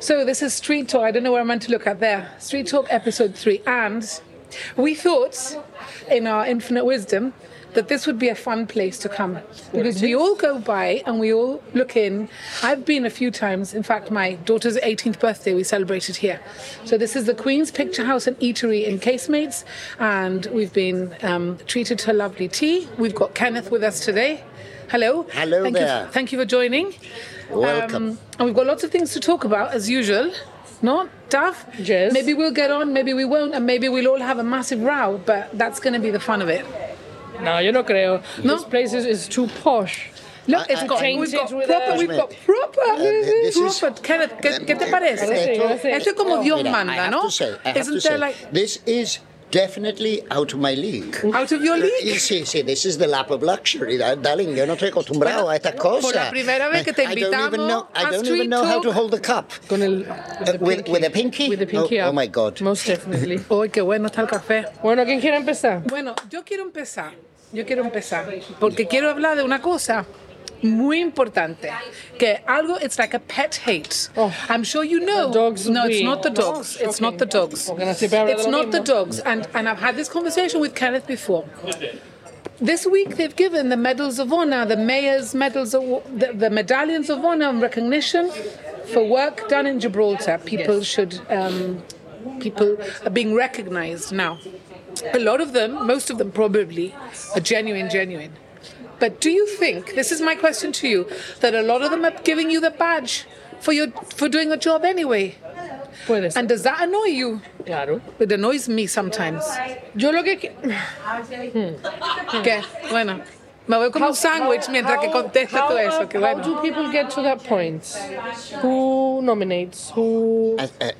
So this is Street Talk. I don't know where I'm meant to look at there. Street Talk episode three. And we thought, in our infinite wisdom, that this would be a fun place to come because we all go by and we all look in. I've been a few times. In fact, my daughter's 18th birthday we celebrated here. So this is the Queen's Picture House and Eatery in Casemates, and we've been um, treated to lovely tea. We've got Kenneth with us today. Hello. Hello thank there. You, thank you for joining. Welcome. Um, and we've got lots of things to talk about as usual. Not Dav? Yes. Maybe we'll get on, maybe we won't, and maybe we'll all have a massive row, but that's going to be the fun of it. No, yo no creo. No? This place is, is too posh. Look, it's I- got, I- Uh, we've got Change it with proper, a- we've got proper, this is- proper. Kenneth, ¿qué, qué te Parece, parece? yo sé. Esto es como Dios Mira, I manda, have ¿no? to say, I have Isn't to there say, like, this is definitely out of my league. out of your Y league? Sí, sí, this is the lap of luxury. Da- Darling, yo no estoy acostumbrado Bueno, a esta cosa. por la primera vez que te I don't even invitamos know, I a don't Street even know how to Talk. hold the cup. Con el, Uh, with, with a pinky? With the pinky oh, up. oh my God. Most definitely. Ay, qué bueno está el café. Bueno, ¿quién quiere empezar? Bueno, yo quiero empezar, yo quiero empezar, porque quiero hablar de una cosa muy importante, que algo, it's like a pet hate. Oh. I'm sure you know. dogs no, it's we- not the No, dogs. it's not shocking. the dogs. Porque no siempre habla de It's lo not the mismo. dogs. And, and I've had this conversation with Kenneth before. This week they've given the medals of honor, the mayor's medals, of, the, the medallions of honor and recognition for work done in Gibraltar. People should, um, people are being recognized now. A lot of them, most of them probably, are genuine, genuine. But do you think this is my question to you that a lot of them are giving you the badge for your for doing a job anyway? Puede ser. And does that annoy you? Claro. It annoys me sometimes. Yo lo que. qui- Hmm. ¿Qué? Bueno, me voy como un sándwich mientras que contesta how, todo eso. are- Que how bueno. do people get to that point? Who nominates? Who. I, uh,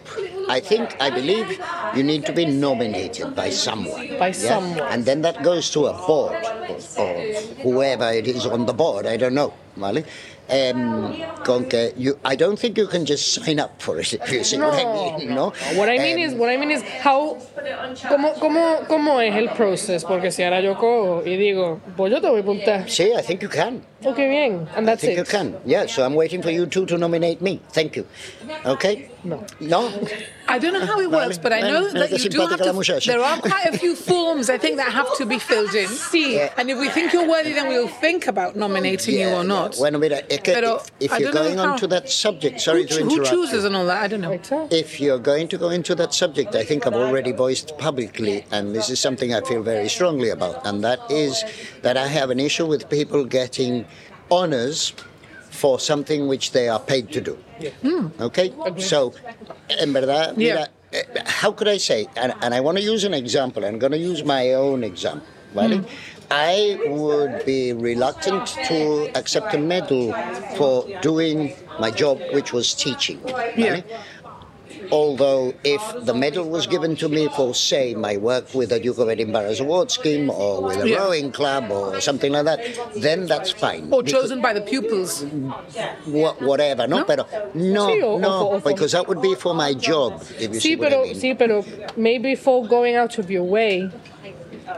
I think, I believe you need to be nominated by someone. By someone. And then that goes to a board, of, of whoever it is on the board, I don't know, ¿vale? Um, con que you, I don't think you can just sign up for it, if you see what I mean, no? What I mean Um, is, what I mean is, how, cómo, cómo, cómo es el process, porque si ahora yo cojo y digo, pues yo te voy a apuntar. See, I think you can. Ok, bien, I and that's think you it. can. Yeah, so I'm waiting for you two to nominate me. Thank you. Okay? No. No? I don't know how it works, but I know Vale, that vale, you do have simpática la to. muchacha. There are quite a few forms I think that have to be filled in. See, Yeah. and if we think you're worthy, then we'll think about nominating you Yeah, or not. yeah. Bueno, mira, es que Pero Eh, if, I if you're don't know going on how- to that subject, sorry who, to cho- who interrupt. you. chooses and all that? I don't know. Exacto. If you're going to go into that subject, I think I've already voiced publicly, and this is something I feel very strongly about, and that is that I have an issue with people getting honors for something which they are paid to do. Okay? So, en verdad, mira, eh, how could I say, and, and I want to use an example, I'm going to use my own example, ¿vale? I would be reluctant to accept a medal for doing my job, which was teaching. Yeah. ¿vale? although if the medal was given to me for, say, my work with the Duke of Edinburgh's award scheme or with a Yeah. rowing club or something like that, then that's fine. Or Because- chosen by the pupils. wha- whatever, no, No? pero no, Sí, o- o no, for- o for- because that would be for my job. If you see Sí, what I pero, mean. sí, pero maybe for going out of your way,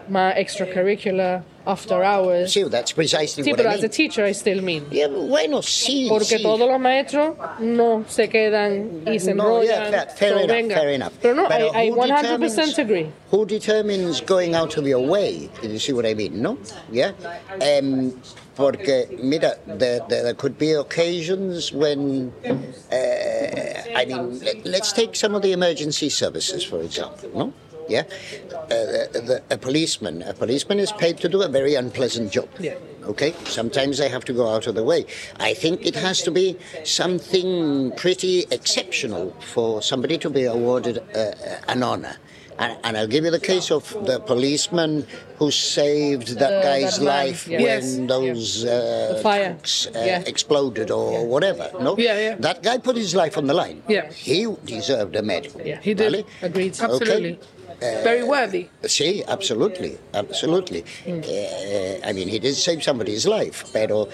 my extracurricular, after hours. See, that's precisely Sí, what pero I as a mean. teacher I still mean. Yeah, bueno, sí, Porque sí. todos los maestros no se quedan y se No, yeah, enrollan. fair, fair So, enough, venga. fair enough. Pero no, Pero I, I who 100% determines- agree. Who determines going out of your way? You see what I mean, no? Yeah? Um, porque, mira, there, there, there could be occasions when, uh, I mean, let, let's take some of the emergency services, for example, no? Yeah? Uh, the, the, a policeman. A policeman is paid to do a very unpleasant job. Okay? Sometimes they have to go out of the way. I think it has to be something pretty exceptional for somebody to be awarded uh, uh, an honor. And, and I'll give you the case of the policeman who saved that The- guy's that man, life yeah. when Yes, those uh, The fire. tanks, uh, Yeah. exploded or whatever. No, Yeah, yeah. that guy put his life on the line. Yeah. he deserved a medal. Yeah, He did. Really? Agreed. Absolutely. Very worthy. Sí, absolutely, Uh, absolutely. Eh, I mean, he did save somebody's life, pero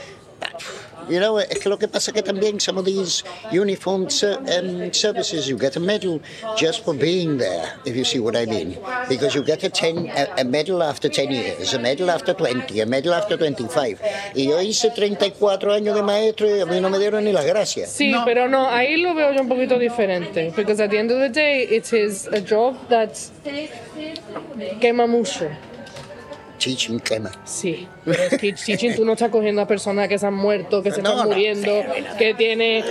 You know, es que lo que pasa es que también some of these uniformed ser- um, services, you get a medal just for being there, if you see what I mean. Because you get a, ten, a, a medal after 10 years, a medal after 20, a medal after 25. Y yo hice 34 años de maestro y a mí no me dieron ni las gracias. Sí, pero no, ahí lo veo yo un poquito diferente. Because at the end of the day, it is a job that quema mucho. Teaching quema. Sí, pero es que teaching tú no estás cogiendo a personas que se han muerto, que se No, están no, muriendo, que tiene...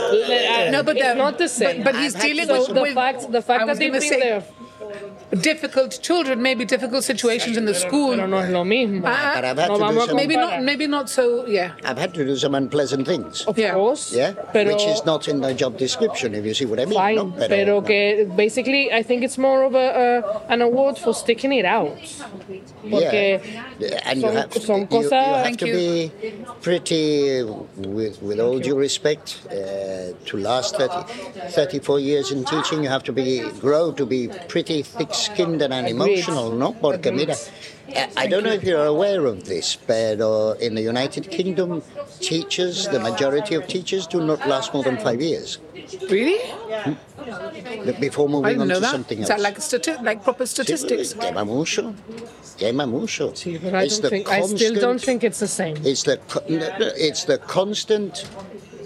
No, but it's the- not the same. but- but he's I've had dealing people- with, so the with- fact, the I fact was that they've gonna been say, there, difficult children, maybe difficult situations in the school. pero no es lo mismo. Ah, But I've had No, to do vamos a some, maybe not. Comparar. Maybe not so. Yeah. I've had to do some unpleasant things. Of Yeah. course, Yeah, pero... which is not in the job description, if you see what I mean. Fine, no, pero, que basically I think it's more of a, uh, an award for sticking it out. Porque Yeah, and you son- have, son you- you, cosas- have Thank to you. be pretty, with, with all due respect, uh, to last 30, 34 years in teaching, you have to be grow to be pretty thick-skinned and unemotional, no? Porque mira, I- I don't know if you're aware of this, but uh, in the United Kingdom, teachers, the majority of teachers, do not last more than five years Really? before I moving didn't on know to that. something Is else. that like stati- like proper statistics? Quema mucho. Quema mucho. Sí, but I, It's don't the think, I still constant- don't think it's the same. It's the, co- no, no, it's the constant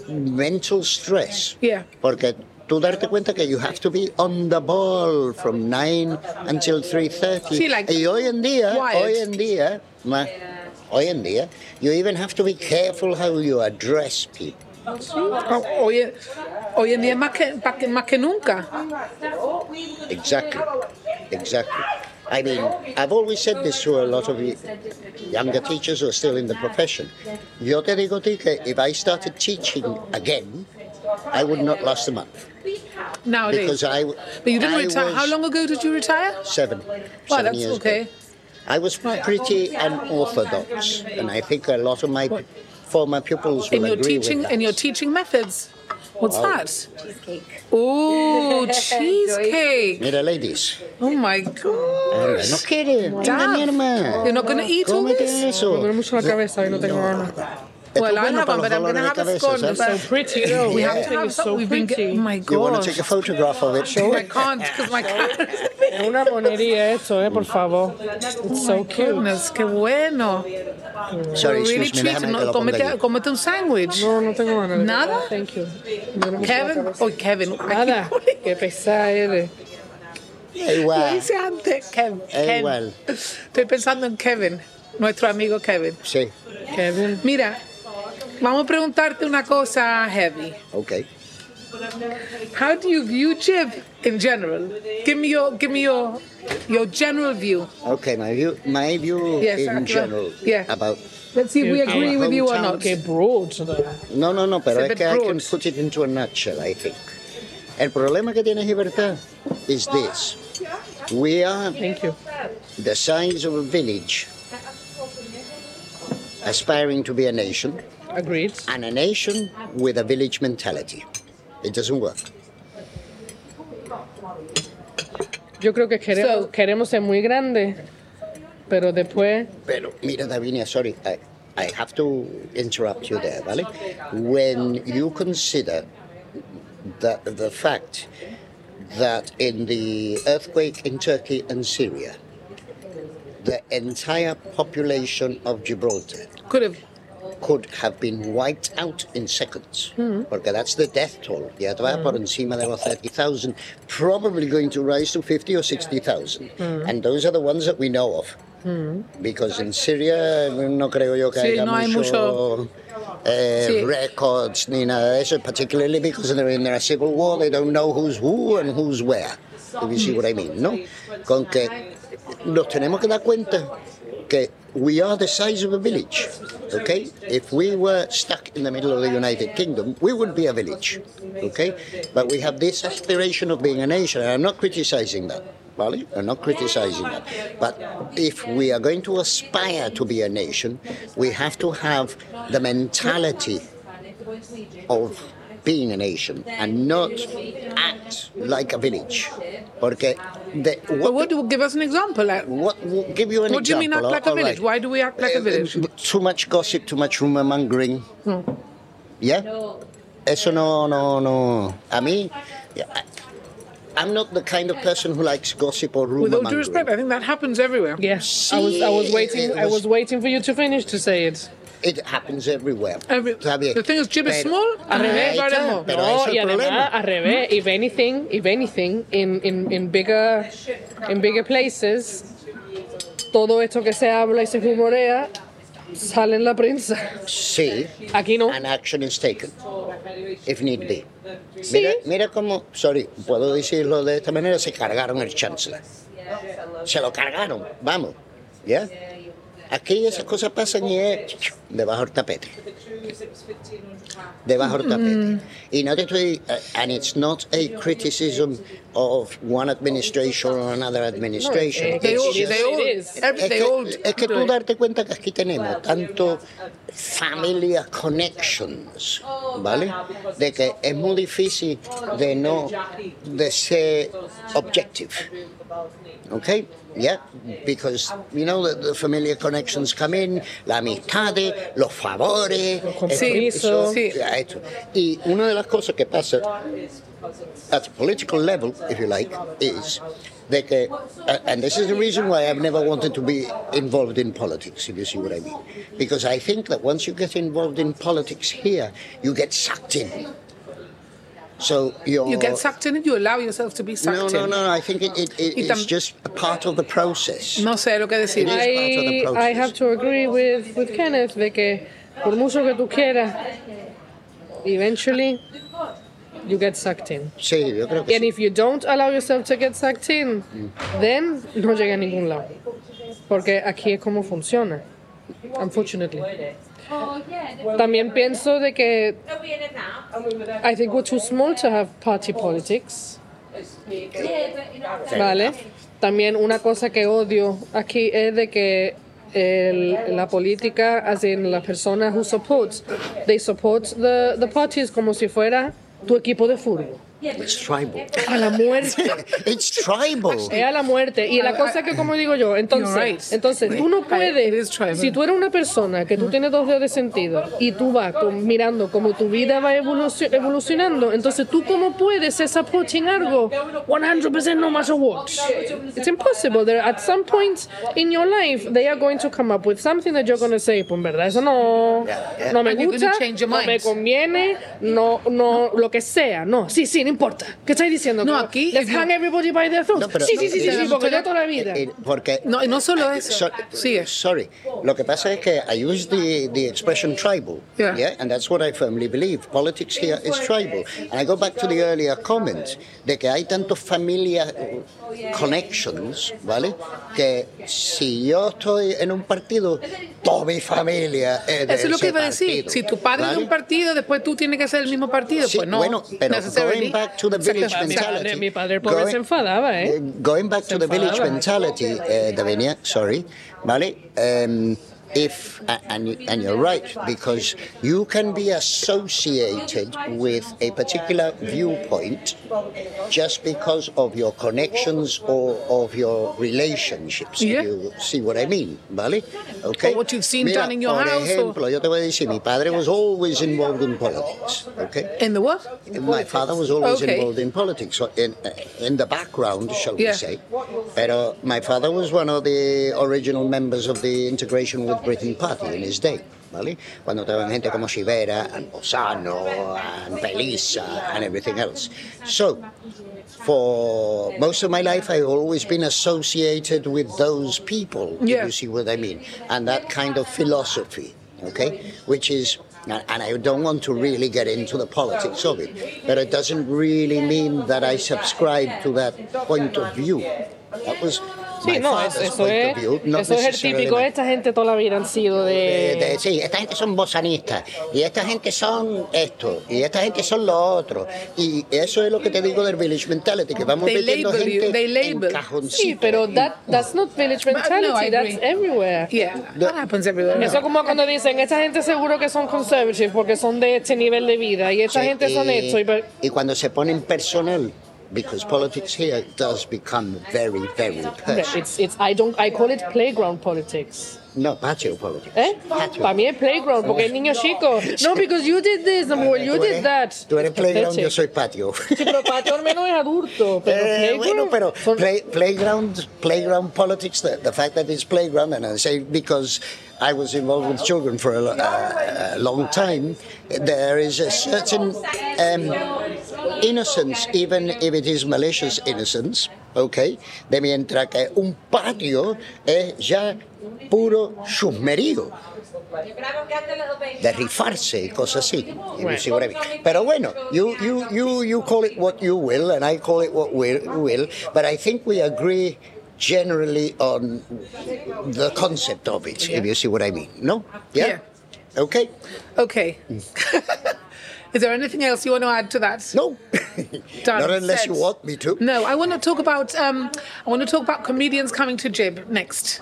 mental stress. Yeah. Porque tú darte cuenta que you have to be on the ball from 9 until 3.30. Sí, like, y hoy en día, wired. hoy en día, ma- hoy en día, you even have to be careful how you address people. Oh, hoy, hoy en día más que, más que- más que nunca. Exactly. Exactly. I mean, I've always said this to a lot of y- younger teachers who are still in the profession. Yo te digo a ti que if I started teaching again, I would not last a month Nowadays. because I. w- But you didn't I retire. How was long ago did you retire? Seven. Well, seven that's years okay. Ago. I was pretty unorthodox, and I think a lot of my p- former pupils will In your agree teaching, with that. in your teaching methods. What's that? Oh, cheesecake. Mira, ladies. Oh my god. Ahora, no quiere. Anda, mi Dad, hermana. You're not gonna eat all Cómete this? Me duele eso. mucho la cabeza y no tengo ganas. Esto Well, es I bueno have para one, los but I'm gonna dolores de have a cabeza, scone, ¿sabes? so pretty though. We have Everything to is so so We've been pretty. getting, my eh? You want god. to take a photograph of it? I can't because my cat. Es una monería esto, eh, por favor. It's so cute. Goodness, qué bueno. Sorry, really excuse me, treated. déjame que No, lo ponga cómete, aquí. cómete un sándwich. No, no tengo ganas. de Nada? verdad. Thank you. Me duele mucho la Kevin, cabeza. oh Kevin, I keep Nada. calling you. Qué pesada eres. Da igual. Lo hice antes, Kev- Da Ken. igual. Estoy pensando en Kevin, nuestro amigo Kevin. Sí, Kevin. Mira, vamos a preguntarte una cosa heavy. ok. How do you view Jib in general? Give me your, give me your, your general view. Okay, my view, my view Yes, in uh, general yeah. about... Let's see if we Our agree with you or hometown not. Qué broad. though. No, no, no, It's pero a es bit que I can broad. put it into a nutshell, I think. El problema que tiene Gibraltar is this. We are Thank you. the size of a village aspiring to be a nation Agreed. and a nation with a village mentality. It doesn't work. Yo creo que queremos, So- queremos ser muy grande, pero después Pero mira, Davinia, sorry, I, I have to interrupt you there, ¿vale? When you consider the, the fact that in the earthquake in Turkey and Syria, the entire population of Gibraltar Could have. could have been wiped out in seconds. Porque that's the death toll. Ya te va por encima de los 30,000, probably going to rise to 50 or 60,000. And those are the ones that we know of. Because in Syria no creo yo que Sí, haya no hay mucho, eh, Sí. records ni nada de eso, particularly because they're in a civil war, they don't know who's who and who's where. If you see what I mean, ¿no? Con que nos tenemos que dar cuenta que we are the size of a village, okay? If we were stuck in the middle of the United Kingdom, we would be a village, okay? But we have this aspiration of being a nation, and I'm not criticizing that. Vale? I'm not criticizing that. But if we are going to aspire to be a nation, we have to have the mentality of being a nation and not act like a village. Porque the, But what, what do give us an example? Like, what, what- give you an what do you mean example. act like or- a eh, or village? Why do we act like a Uh, village? Hmm. Too much gossip, too much rumor mongering. Yeah. Eso no, no, no. A mí, yeah, I- I'm not the kind of person who likes gossip or rumor With all due mongering. respect, I think that happens everywhere. Yes, I was I was Shit, waiting it I was was- waiting for you to finish to say it. It happens everywhere. Every- Está bien. the thing is, Jib is Pero- Ah, small, Ahí al revés, está, Baremo. pero no, ese es y el además problema. al revés, if anything, if anything, in, in, in bigger in bigger places, todo esto que se habla y se rumorea sale en la prensa. Sí. Aquí no. An action is taken, if need be. Sí. Mira, mira cómo, sorry, puedo decirlo de esta manera, se cargaron el chancellor. Se lo cargaron, vamos. ¿Ya? Aquí esas cosas pasan y es debajo del tapete. Debajo del Mm. tapete. Y no te estoy, uh, and it's not a criticism of one administration or another administration. No, eh, They all, It's just- they all, It is. every, es they all que, es que do tú it. darte cuenta que aquí tenemos tanto familia connections, ¿vale? De que es muy difícil de no de ser objective, ¿ok? Yeah, because you know the, the familiar connections come in, la amistades, los favores, los compromisos. Sí, sí. Y una de las cosas que pasa at the political level, if you like, is that, uh, and this is the reason why I've never wanted to be involved in politics, if you see what I mean. Because I think that once you get involved in politics here, you get sucked in. So you're, You get sucked in and you allow yourself to be sucked No, no, in. no. I think it, it, it Y is tam- just a part of the process. No sé lo que decir. It is part of the I, I process. have to agree with, with Kenneth de que por mucho que tú quieras, eventually you get sucked in. Sí, yo creo que And sí. if you don't allow yourself to get sucked in, then no llega a ningún lado. Porque aquí es como funciona. Unfortunately. También pienso de que I think we're too small to have party politics, ¿vale? También una cosa que odio aquí es de que el- la política, así las personas who support, they support the, the parties como si fuera tu equipo de fútbol. It's tribal. A la muerte. it's tribal. Es a la muerte. Y la cosa que, como digo yo, entonces, You're right. entonces tú no It puedes, is tribal. Mm. si tú eres una persona que tú tienes dos dedos de sentido y tú vas con- mirando cómo tu vida va evolucio- evolucionando, entonces tú cómo puedes ser supporting algo 100% no matter what. It's impossible. There, at some point in your life, they are going to come up with something that you're going to say, pues en verdad, eso no, yeah. no me And you're gonna gusta, change your no mind. me conviene, no, no, lo que sea, no, sí, sí, no importa. ¿Qué estáis diciendo? No, Como, aquí Let's es no- hang everybody by their throat. No, pero- sí, sí, sí, sí, no, sí, no, porque no, yo toda la vida. Eh, porque eh, No, y no solo eso. So- Sigue. Sorry. Lo que pasa es que I use the, the expression tribal. Yeah. And that's what I firmly believe. Politics here is tribal. And I go back to the earlier comment de que hay tantos familia eh, connections, ¿vale? Que si yo estoy en un partido, toda mi familia es de Eso es lo ese que iba a decir. partido, Si tu padre es de ¿vale? un partido, después tú tienes que ser el mismo partido. Sí, pues no. bueno, pero necessarily. going back to the village Exacto. Mi padre, mentality. mi padre pobre going- se enfadaba, ¿eh? Uh, Going back to the village enfadaba. mentality, eh, Davenia, sorry, ¿vale? Um, if, a- and, you- and you're right, because you can be associated with a particular viewpoint just because of your connections or of your relationships. if Yeah. You see what I mean, ¿vale? Okay. Or what you've seen Mira, done in your por house or- ejemplo, yo te voy a decir, mi padre was always involved in politics, okay? In the what? My father was always Okay. involved in politics, so in in the background, shall Yeah. we say. But my father was one of the original members of the Integration with Britain Party in his day. ¿Vale? Cuando estaban gente como Sivera, and Bosano, and Belisa, and everything else. So, for most of my life, I've always been associated with those people. if Yeah. You see what I mean? And that kind of philosophy, okay? Which is, and and I don't want to really get into the politics of it, but it doesn't really mean that I subscribe to that point of view. That was my Sí, no, es- father's eso point es, of view, not eso es el necessarily típico. my- Esta gente toda la vida han sido eh, de. de- sí, esta gente son bosanistas, y esta gente son esto, y esta gente son lo otro. Y eso es lo que te digo del village mentality, que vamos They metiendo label you, gente they en Eh, label. cajoncito. Sí, pero that, that's not village mentality, I that's agree. everywhere. Yeah, Ah, that happens everywhere. Eso como cuando dicen, esta gente seguro que son conservative porque son de este nivel de vida y esta Sí, gente son eh, y- esto. Y, pero- y cuando se ponen personal, because politics here does become very, very Yeah, personal. It's, it's, I don't, I call it playground politics. No, patio politics. ¿Eh? Patio. Para mí es playground, porque es niño chico. No, because you did this, Samuel, you Tú eres- did that. Tú eres playground, yo Pathetic. soy patio. Sí, pero patio al menos es adulto. Pero Eh, playground bueno, pero son- play- playground, playground politics. The, the fact that it's playground, and I say because I was involved with children for a, lo- a- a long time, there is a certain um, innocence, even if it is malicious innocence. Okay, de mientras que un patio es ya puro chusmerío de rifarse y cosas así. You Right. see what I mean? Pero bueno, you, you, you, you call it what you will, and I call it what we will, but I think we agree generally on the concept of it, if you see what I mean. No? Yeah? Okay? Okay. Is there anything else you want to add to that? No. Done. Not unless Said. you want me to. No, I want to talk about um, I want to talk about comedians coming to Jib next.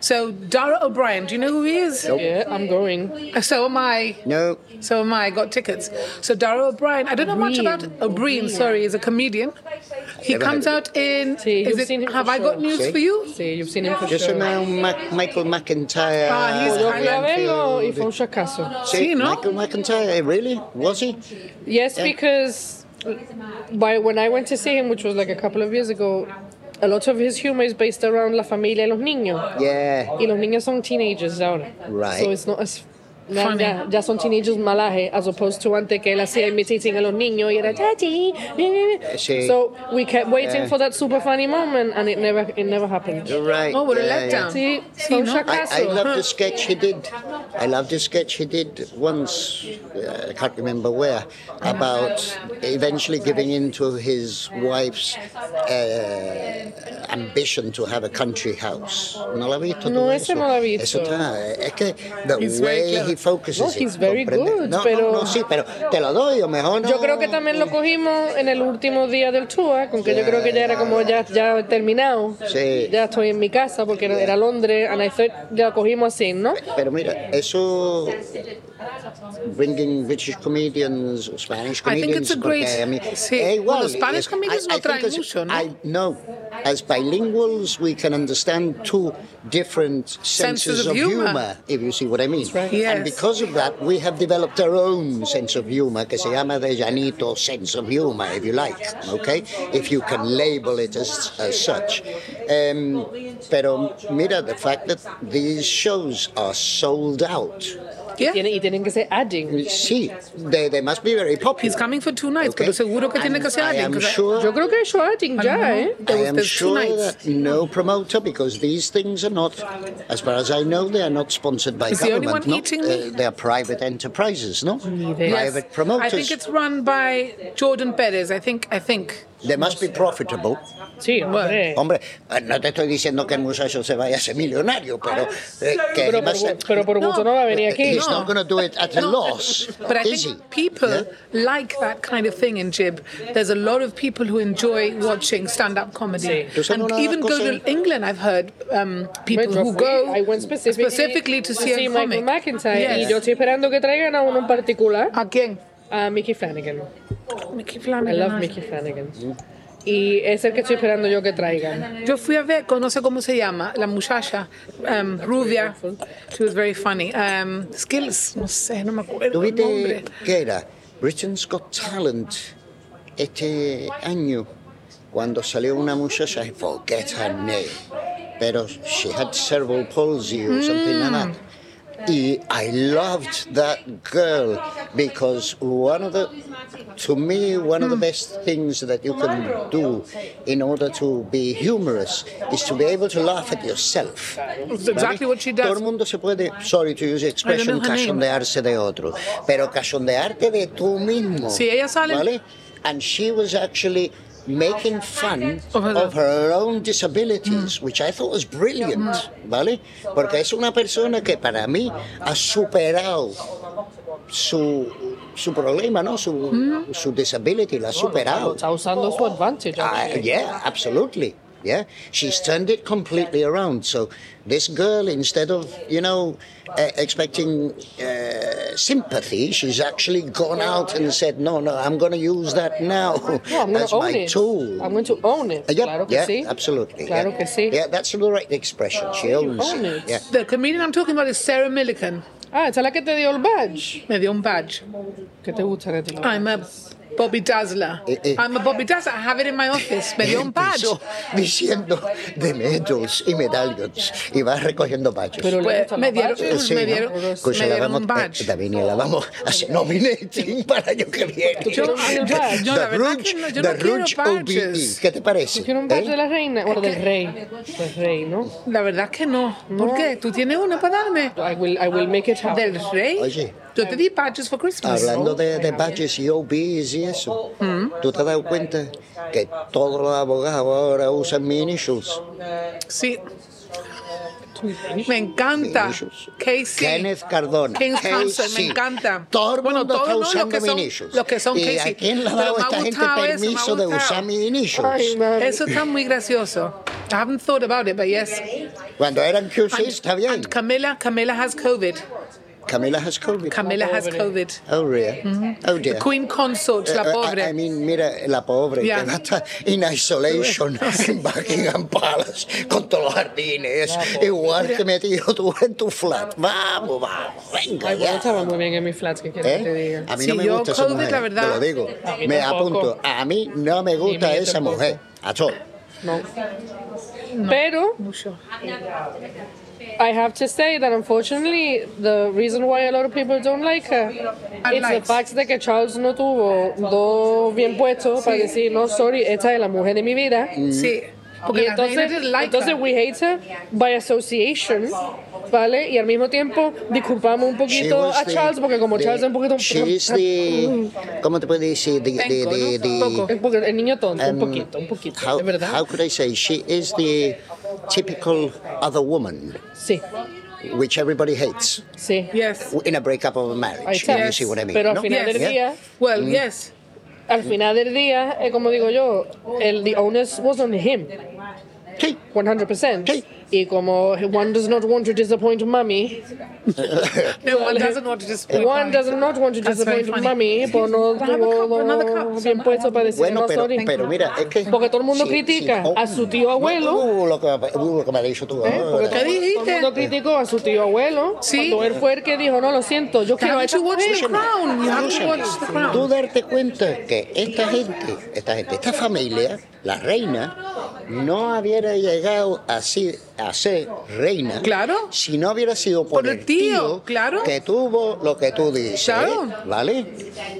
So Dara O'Brien, do you know who he is? Yeah, I'm going. So am I. No. So am I. Got tickets. So Dara O'Brien, I don't know much about O'Brien. O'Brien. Sorry, is a comedian. He Never comes heard out in. See, is you've it, seen him for have I got sure. news See? for you? Sí, you've seen him for Yo soy sure. Ma- Ma- Michael McIntyre. Ah, he's Yo fui a verlo y Anfield. fue un fracaso. See, Sí, ¿no? Michael McIntyre, really? Was he? Yes, because by when I went to see him, which was like a couple of years ago, a lot of his humor is based around la familia y los niños. Yeah. Y los niños son teenagers ahora. Right. So it's not as ya- Funny. Ya, ya son teenagers malaje, as opposed to antes que él hacía imitating a los niños y era daddy. eh, eh." Sí. So we kept waiting Yeah. for that super funny moment, and it never it never happened. You're right. Oh, what a Yeah, yeah. letdown. Sí, Sí, fue un ¿no? I, I fracaso. love the sketch he did. I love the sketch he did once. Uh, I can't remember where. About eventually giving in to his wife's uh, ambition to have a country house. No lo ha visto. tú No, ese eso? no lo he visto. Eso está- es que the He's very way clever. he focuses. No, it, he's very ¿comprende? good, no, no, pero- no, sí, pero te lo doy o mejor no. Yo creo que también lo cogimos en el último día del tour, con que yo creo que ya era como ya, ya terminado. Sí. Ya estoy en mi casa porque era, era Londres, and I thought ya lo cogimos así, ¿no? Pero mira, eso bringing British comedians or Spanish I think comedians. it's a great- porque, I mean, sí. eh, igual, Bueno, Spanish es- comedians no I- I traen think as- mucho, ¿no? I know. As bilinguals, we can understand two different senses, of of, humor. humor. if you see what I mean. right. Yes. And because of that, we have developed our own sense of humor, que se llama de Janito sense of humor, if you like, okay? If you can label it as, as such. Um, pero mira, the fact that these shows are sold out, Yeah. Tienen- y tienen que ser adding. sí, they, they must be very popular. He's coming for two nights, okay? pero seguro que tiene And que ser I alguien. am 'cause I- sure Yo creo que he hecho adding ya, ¿eh? I There was- am there's two sure nights. that no promoter, because these things are not, as far as I know, they are not sponsored by Is the only government. one no? eating Uh, me? they are private enterprises, no? Yes. Private promoters. I think it's run by Jordan Perez. I think. I think. They must be profitable. Sí, hombre. Hombre, eh, no te estoy diciendo que el muchacho se vaya a ser millonario, pero Ah, eh, que Pero he por, must- gu- pero por No. gusto no va a venir aquí. he's not going to do it at a loss, But I is he? think people like that kind of thing in Jib. There's a lot of people who enjoy watching stand-up comedy, Tú sabes and una even go cosa- to England. I've heard um, people Yo who fui, go I went specifically, specifically to see a Michael comic. McIntyre. Yes. Y yo estoy esperando que traigan a uno en particular, Again, a Mickey Flanagan. Mickey I Flanagan. love Mickey Flanagan. Y es el que estoy esperando yo que traigan. Yo fui a ver, con- no sé cómo se llama, la muchacha, um, rubia. She was very funny. Um, skills, no sé, no me acuerdo el nombre. ¿Tuviste qué era? Britain's Got Talent este año cuando salió una muchacha, I forget her name, pero she had cerebral palsy or something like that. Y I loved that girl because one of the, to me, one of the best things that you can do in order to be humorous is to be able to laugh at yourself. It's exactly what she does. Todo el mundo se puede, sorry to use the I expression, don't know her name. cachondearse de otro, pero cachondearte de tú mismo. Sí, ella sale- ¿vale? And she was actually making fun Of of her- her, own disabilities, Mm. which I thought was brilliant, ¿vale? Porque es una persona que para mí ha superado su, su problema, ¿no? Su, Mm. su disability, la ha superado. Está usando su advantage. Uh, yeah, absolutely. Yeah, she's turned it completely around. So this girl, instead of you know uh, expecting uh, sympathy, she's actually gone out and said, no, no, I'm going to use that now No, Oh, I'm going as to own my it. tool. Uh, I'm going to own it. yeah, claro que yeah, sí. absolutely. Claro yeah. que sí. Yeah, that's the right expression. She owns own it. Yeah. The comedian I'm talking about is Sarah Millican. Ah, esa es la que te dio el badge. Me dio un badge. ¿Qué te gusta de ti? I'm a Bobby Dazzler. Eh, eh. I'm a Bobby Dazzler. I have it in my office. Me dio un badge. Empezó diciendo de medals y medallions y va recogiendo badges. Pero le Pues, gustan me los dieron- Eh, badges. me dieron- Escucha, me Pues la dieron vamos, un badge. eh, Davinia, la vamos a hacer nominating para el año que viene. Yo no quiero el badge. Yo, The la verdad Rouge- que no- yo The no quiero Rouge badges. OBE. ¿Qué te parece? Yo quiero un badge ¿Eh? de la reina. Bueno, del rey. Del rey, ¿no? La verdad que no. ¿Por No. qué? ¿Tú tienes una para darme? I will, I will make it happen. ¿Del rey? Oye. Yo te di badges for Christmas. Hablando de, de badges y OBs y eso, Mm. ¿tú te has dado cuenta que todos los abogados ahora usan mi initials? Sí. Me encanta. Initials. Casey. Kenneth Cardona. King Casey. Hansen, me encanta. Todo el Bueno, mundo todos está no, los usando que son- mi initials. los que son ¿Y Casey. a quién le ha Pero dado me ha esta gente gustado eso, me ha permiso de gustado. usar mi initials? Ay, madre. Eso está muy gracioso. I haven't thought about it, but yes. Cuando eran QC está bien. and Camila, Camila has COVID. Camila has COVID. Camila has COVID. Oh, really? Mm-hmm. Oh, dear. Queen consort, Eh, la eh, pobre. I, I mean, mira, la pobre Yeah. que va a estar in isolation en Buckingham Palace con todos los jardines, igual que metido tú en tu flat. Vamos, vamos, venga Ay, bueno, ya. estaba muy bien en mi flat, ¿qué quieres que te ¿Eh? diga? A mí Sí, no me yo gusta esa COVID, mujer, la verdad. te lo digo. A mí Me tampoco. apunto. A mí no me Ni gusta a mí esa tampoco. mujer. A todo. No. Pero Mucho. I have to say that unfortunately the reason why a lot of people don't like her it's the likes. fact de que Charles no tuvo dos bien puestos para decir no sorry esta es la mujer de mi vida Sí. Porque y la reina entonces, didn't like ah. entonces her. we hate her by association vale y al mismo tiempo disculpamos un poquito a Charles porque como Charles es un poquito She's the. ¿Cómo te puedo decir? The, the, Penco, the, ¿no? the- Poco. un poquito- el niño tonto un Um, poquito un poquito how, de verdad how could I say? She is the typical other woman, sí which everybody hates sí Yes. in a breakup of a Ahí marriage. está. if You see what I mean? Pero al no? final del Yeah. día Well, Mm. yes. al final del día, eh, como digo yo, el the onus was on him, Sí. 100%. Sí. Y como one does not want to disappoint mommy, No one doesn't want to Eh, disappoint one her. does not want to That's disappoint very funny. mommy, pues no Another cup, another tuvo cup. lo bien puesto para decir Bueno, no, pero, sorry. pero mira, es que. Porque todo el mundo sí, critica sí. Oh, a su tío abuelo. Eh, Uh, lo que, uh, lo que me ha dicho tú Porque ahora. todo, todo el mundo dijiste? criticó a su tío abuelo Sí. cuando él fue el que dijo, no, lo siento, yo quiero a Haven't esta you watched The mujer". Crown? You have to Escúchame, watch The Tú Crown. darte cuenta que esta gente, esta gente, esta familia, la reina, no hubiera llegado así a ser reina. Claro. Si no hubiera sido por, Por el tío, claro. Que tuvo lo que tú dices. Claro. ¿Vale?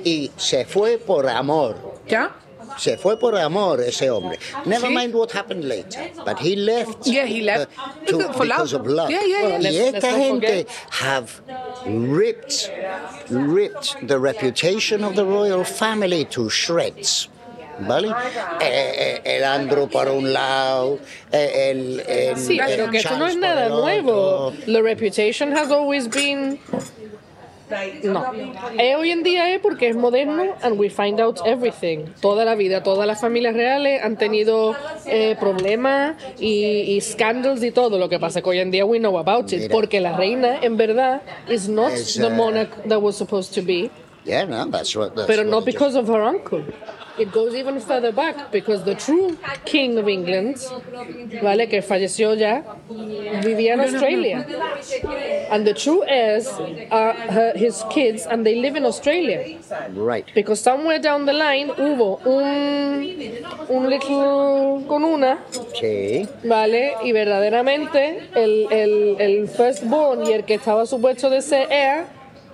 Y se fue por amor. ¿Ya? Se fue por amor Ah, ese hombre. Never Sí. mind what happened later, but he left. Yeah, he left. uh, to- For love. because of love. Yeah, yeah, yeah. Y Let's- esta let's not gente forget. have ripped, ripped the reputation of the royal family to shreds. ¿Vale? Eh, eh, el Andrew por un lado, eh, el, el, Sí, el pero que esto no Charles es por nada el otro. nuevo. La reputation has always been. No. Eh, hoy en día es porque es moderno and we find out everything. Toda la vida, todas las familias reales han tenido eh, problemas y, y scandals y todo. Lo que pasa es que hoy en día we know about it. Mira. porque la reina, en verdad, is not Es, the eh, monarch that was supposed to be. Yeah, no, that's what, that's Pero what no it is. because of her uncle. It goes even further back because the true king of England, vale, que falleció ya, vivía en Australia. And the true heirs are her, his kids and they live in Australia. Right. Because somewhere down the line hubo un, un little con una, Sí. vale, y verdaderamente el, el, el firstborn y el que estaba supuesto de ser heir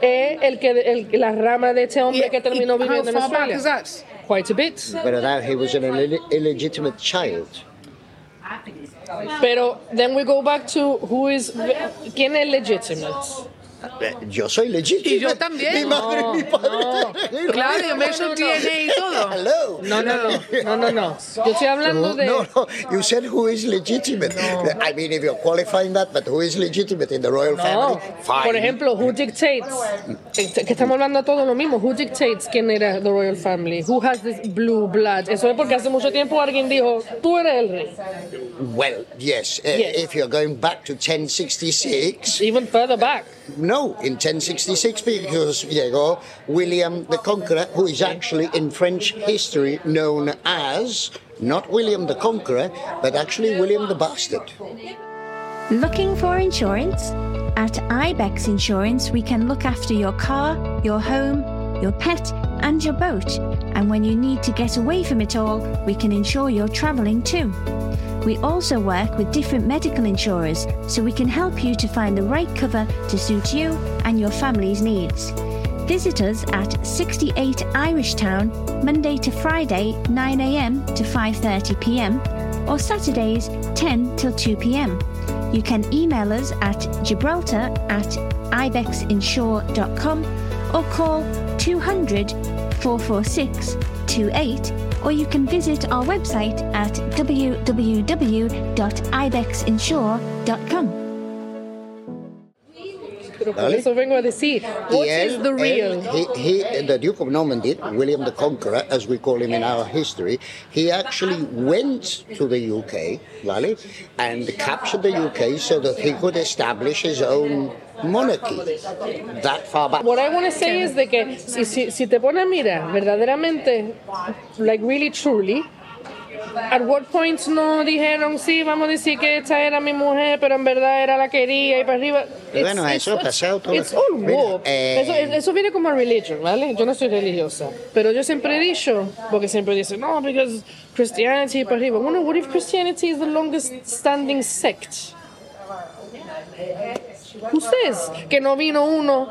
es el que, el- la rama de este hombre que terminó How viviendo en far back is Australia. that? Quite a bit. But now he was an ille- illegitimate child. Pero then we go back to who is quién es legitimate. Eh, Yo soy legítimo. Y yo también. Mi madre y mi padre. Claro, yo me he hecho DNA y todo. Hello. No, no, no, no, no, no. Yo estoy hablando de No, no, you said who is legitimate. I mean, if you're qualifying that, but who is legitimate in the royal no. family? Fine. Por ejemplo, who dictates que estamos hablando todo lo mismo. Who dictates quién era the royal family? Who has this blue blood? Eso es porque hace mucho tiempo alguien dijo, tú eres el rey. Well, yes, eh, Yes. If you're going back to 1066, Even further back. No, in 1066, because llegó William the Conqueror, who is actually in French history known as not William the Conqueror, but actually William the Bastard. Looking for insurance? At IBEX Insurance, we can look after your car, your home, your pet, and your boat. And when you need to get away from it all, we can insure your travelling too. We also work with different medical insurers, so we can help you to find the right cover to suit you and your family's needs. Visit us at 68 Irish Town, Monday to Friday, 9am to 5.30pm, or Saturdays, 10 till 2pm. You can email us at gibraltar at ibexinsure.com or call 200 446 28 or you can visit our website at www.ibexinsure.com. Pero por Dale. eso vengo a decir, what Y él- is the él- real? he- he- the Duke of Normandy, William the Conqueror, as we call him in our history, he actually went to the UK, ¿vale? And captured the UK so that he could establish his own monarchy. That far back. What I want to say is de que si, si, si te pones a mirar verdaderamente, like really truly, at what points no dijeron, sí, vamos a decir que esta era mi mujer, pero en verdad era la quería y para arriba. It's- bueno, eso ha pasado todo. It's all Mira, war. eh, Eso, es- eso viene como religion, ¿vale? Yo no soy religiosa, pero yo siempre he dicho, porque siempre dicen, no, because Christianity y para arriba. Bueno, what if Christianity is the longest standing sect? Ustedes, que no vino uno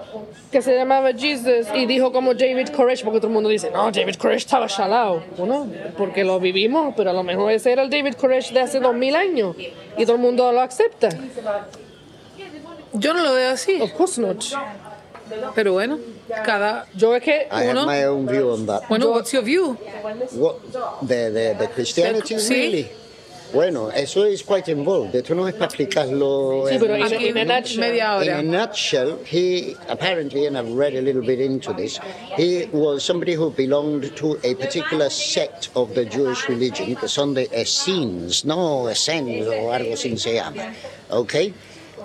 que se llamaba Jesus y dijo como David Koresh, porque todo el mundo dice, no, David Koresh estaba chalado. Bueno, porque lo vivimos, pero a lo mejor ese era el David Koresh de hace dos mil años y todo el mundo lo acepta. Yo no lo veo así, Of course not. pero bueno, cada... Yo es que I have uno- my own view on that. Bueno, what's your view? What, the, the, the Christianity, Sí. really? Bueno, eso es quite involved. Esto no es para explicarlo Sí, en pero un in, Aquí, in a nutshell, media hora. In a nutshell, he apparently, and I've read a little bit into this, he was somebody who belonged to a particular sect of the Jewish religion, que son the Essenes, no Essenes or algo así se llama, okay?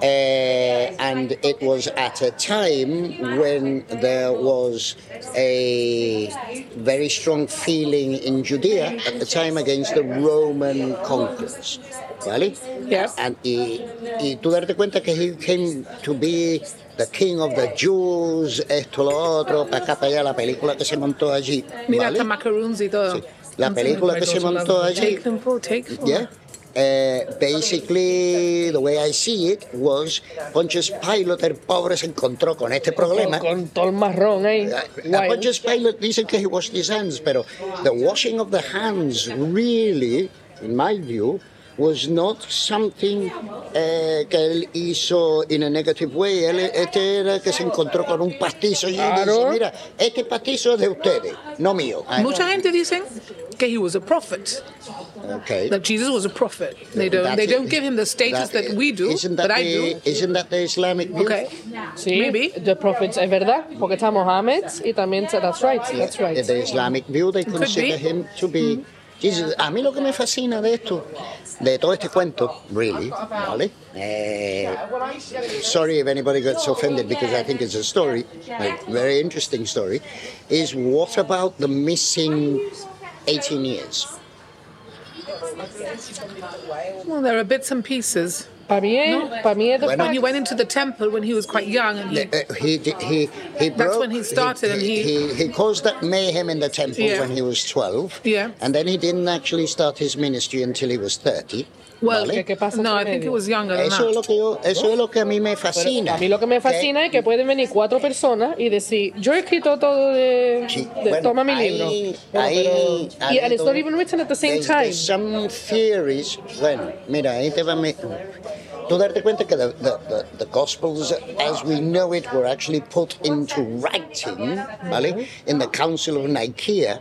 Eh, and it was at a time when there was a very strong feeling in Judea at the time against the Roman conquerors, ¿vale? Yes. And y, y tú darte cuenta que he came to be the king of the Jews, esto, lo otro, para acá, para allá, la película que se montó allí. Mira, ¿vale? hasta macaroons y todo. Sí. La película que se montó allí. Take them for, take them. Yeah. Eh, basically, the way I see it was Pontius Pilate, el pobre, se encontró con este problema. con todo el marrón ahí. Uh, Wild. Pontius Pilate dicen que he washed his hands, pero the washing of the hands really, in my view, was not something eh, que él hizo in a negative way. Él, este era el que se encontró con un pastizo y él dice, Claro. mira, este pastizo es de ustedes, no mío. Ah, Mucha gente dicen que he was a prophet, Okay. that Jesus was a prophet. They don't, they That's- don't give him the status that- that we do, isn't that that I the- do. Isn't that the Islamic view? Okay. sí, maybe. The Prophet, es verdad, porque está Mohammed y también está- that's right, that's right. The Islamic view, they consider be. Mm-hmm. him to be. Jesus. A mí lo que me fascina de esto, de todo este cuento, really, ¿vale? Eh, sorry if anybody gets offended because I think it's a story, a very interesting story, is what about the missing 18 years? Well, there are bits and pieces. Para mí es, para mí es the Bueno. When he fact. went into the temple when he was quite young and he, Uh, he, di- he, he broke, when he started and he- he, he caused that mayhem in the temple Yeah. when he was 12. Yeah. And then he didn't actually start his ministry until he was 30. well, ¿vale? ¿Qué- qué pasa no, entre I think it medio? was younger than Eso es lo that. que yo, eso es lo que a mí me fascina. A mí lo que me fascina es que pueden venir cuatro personas y decir, yo he escrito todo de, Sí, de- bueno, toma mi ahí- libro. Bueno, ahí- pero- y ahí and it's not todo- even written at the same There's- time. there's some theories. Bueno, mira, ahí te va mi- Tú darte cuenta que the, the, the, the Gospels, as we know it, were actually put into writing, ¿vale? In the Council of Nicaea,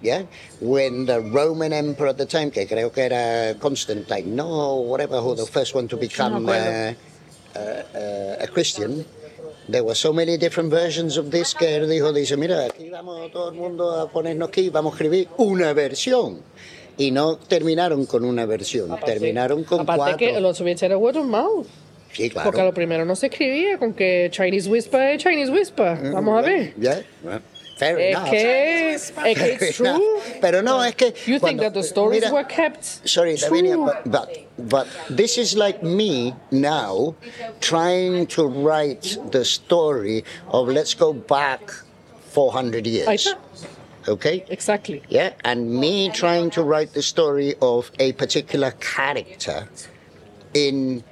yeah? When the Roman Emperor at the time, que creo que era Constantine, no, whatever, who the first one to become uh, uh, uh, a Christian, There were so many different versions of this que él dijo, dice, mira, aquí vamos todo el mundo a ponernos aquí, vamos a escribir una versión. Y no terminaron con una versión, terminaron con Aparte cuatro. que los hubieran word of mouth. Sí, claro. Porque a lo primero no se escribía con que Chinese Whisper es Chinese Whisper. Mm, Vamos a ver. Yeah, well, fair Es enough. que, es que it's Fair enough. true. Pero no, es que. You think cuando- that the stories mira, were kept Sorry, true. Lavinia, but, but but this is like me now trying to write the story of let's go back 400 Ahí years. está. Okay? Exactly. Yeah, and me trying to write the story of a particular character in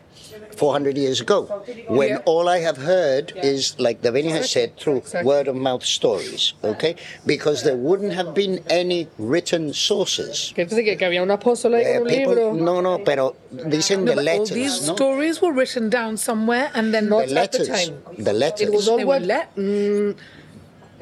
400 years ago, when Yeah. all I have heard is, like Davini has said, through Exactly. word of mouth stories, okay? Because there wouldn't have been any written sources. Que entonces que, que había una apóstola Uh, en un libro. people, no, no, pero dicen the But all letters, these no? stories were written down somewhere and then No, not the at the letters, time. the letters. It was all They were word, let-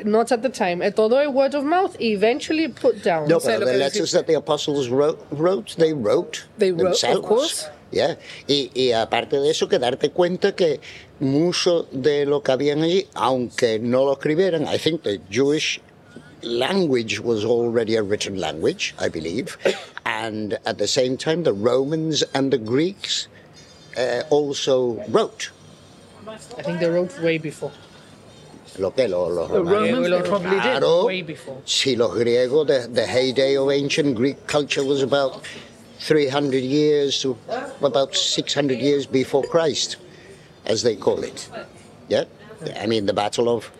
not at the time. Eh, Todo es word of mouth. Eventually put down. No, So but look the at letters it. that the apostles wrote, wrote they wrote They wrote, of themselves. course. Yeah. Y, y aparte de eso, que darte cuenta que mucho de lo que habían allí, aunque no lo escribieran, I think the Jewish language was already a written language, I believe. And at the same time, the Romans and the Greeks uh, also wrote. I think they wrote way before. Lo que lo- los the romanos. Romans They they probably did. Claro. way before. Si los griegos, the, the heyday of ancient Greek culture was about 300 years to about 600 years before Christ, as they call it. Yeah? I mean, the Battle of,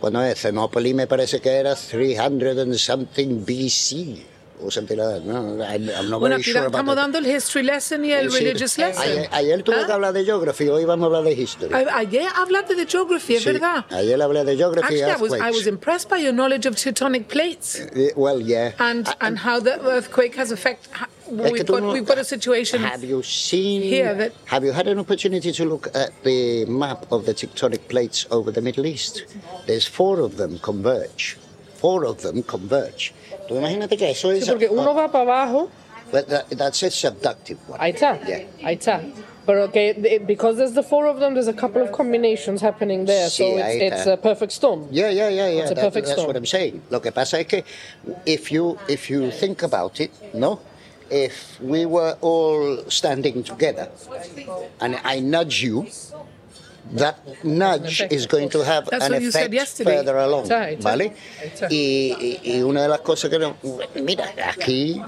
bueno, eh, Thermopylae me parece que era 300 and something BC. Or something like that. No, I'm, I'm not Bueno, very aquí sure da- about estamos that. dando el history lesson y el Sí. religious lesson. Ayer, ayer tuve ¿Ah? que hablar de geography, hoy vamos a hablar de history. A- Ayer hablaste de geografía, es Sí, ¿verdad? Ayer hablé de Actually, geography y I was, I earthquakes. was impressed by your knowledge of tectonic plates Eh, Well, yeah. and, and how the earthquake has affected. Es que We've tú got, no- we've got a situation. Have you seen? here that- have you had an opportunity to look at the map of the tectonic plates over the Middle East? There's four of them converge. Four of them converge. Tú imagínate que eso es. Sí, porque uno va para abajo. But that, that's a subductive one. Ahí está. Yeah. Ahí está. Pero okay, because there's the four of them, there's a couple of combinations happening there. Sí, So it's, ahí está. it's a perfect storm. Yeah, yeah, yeah, yeah. It's a that- perfect that's storm. what I'm saying. Lo que pasa es que if you if you think about it, no, if we were all standing together, and I nudge you, that nudge is going to have That's an what you said effect yesterday. further along, Está, está, ¿vale? está. Y, y- y una de las cosas que no, mira, aquí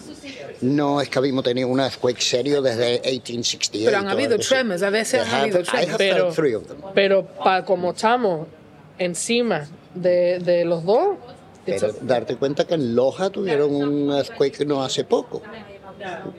no es que habíamos tenido un earthquake serio desde 1868. Pero han o habido algo así. tremors, a veces There han have- habido I have tremors. felt Pero, three of them. pero pa, como estamos encima de, de los dos, it's Pero a- darte cuenta que en Loja tuvieron un earthquake no hace poco.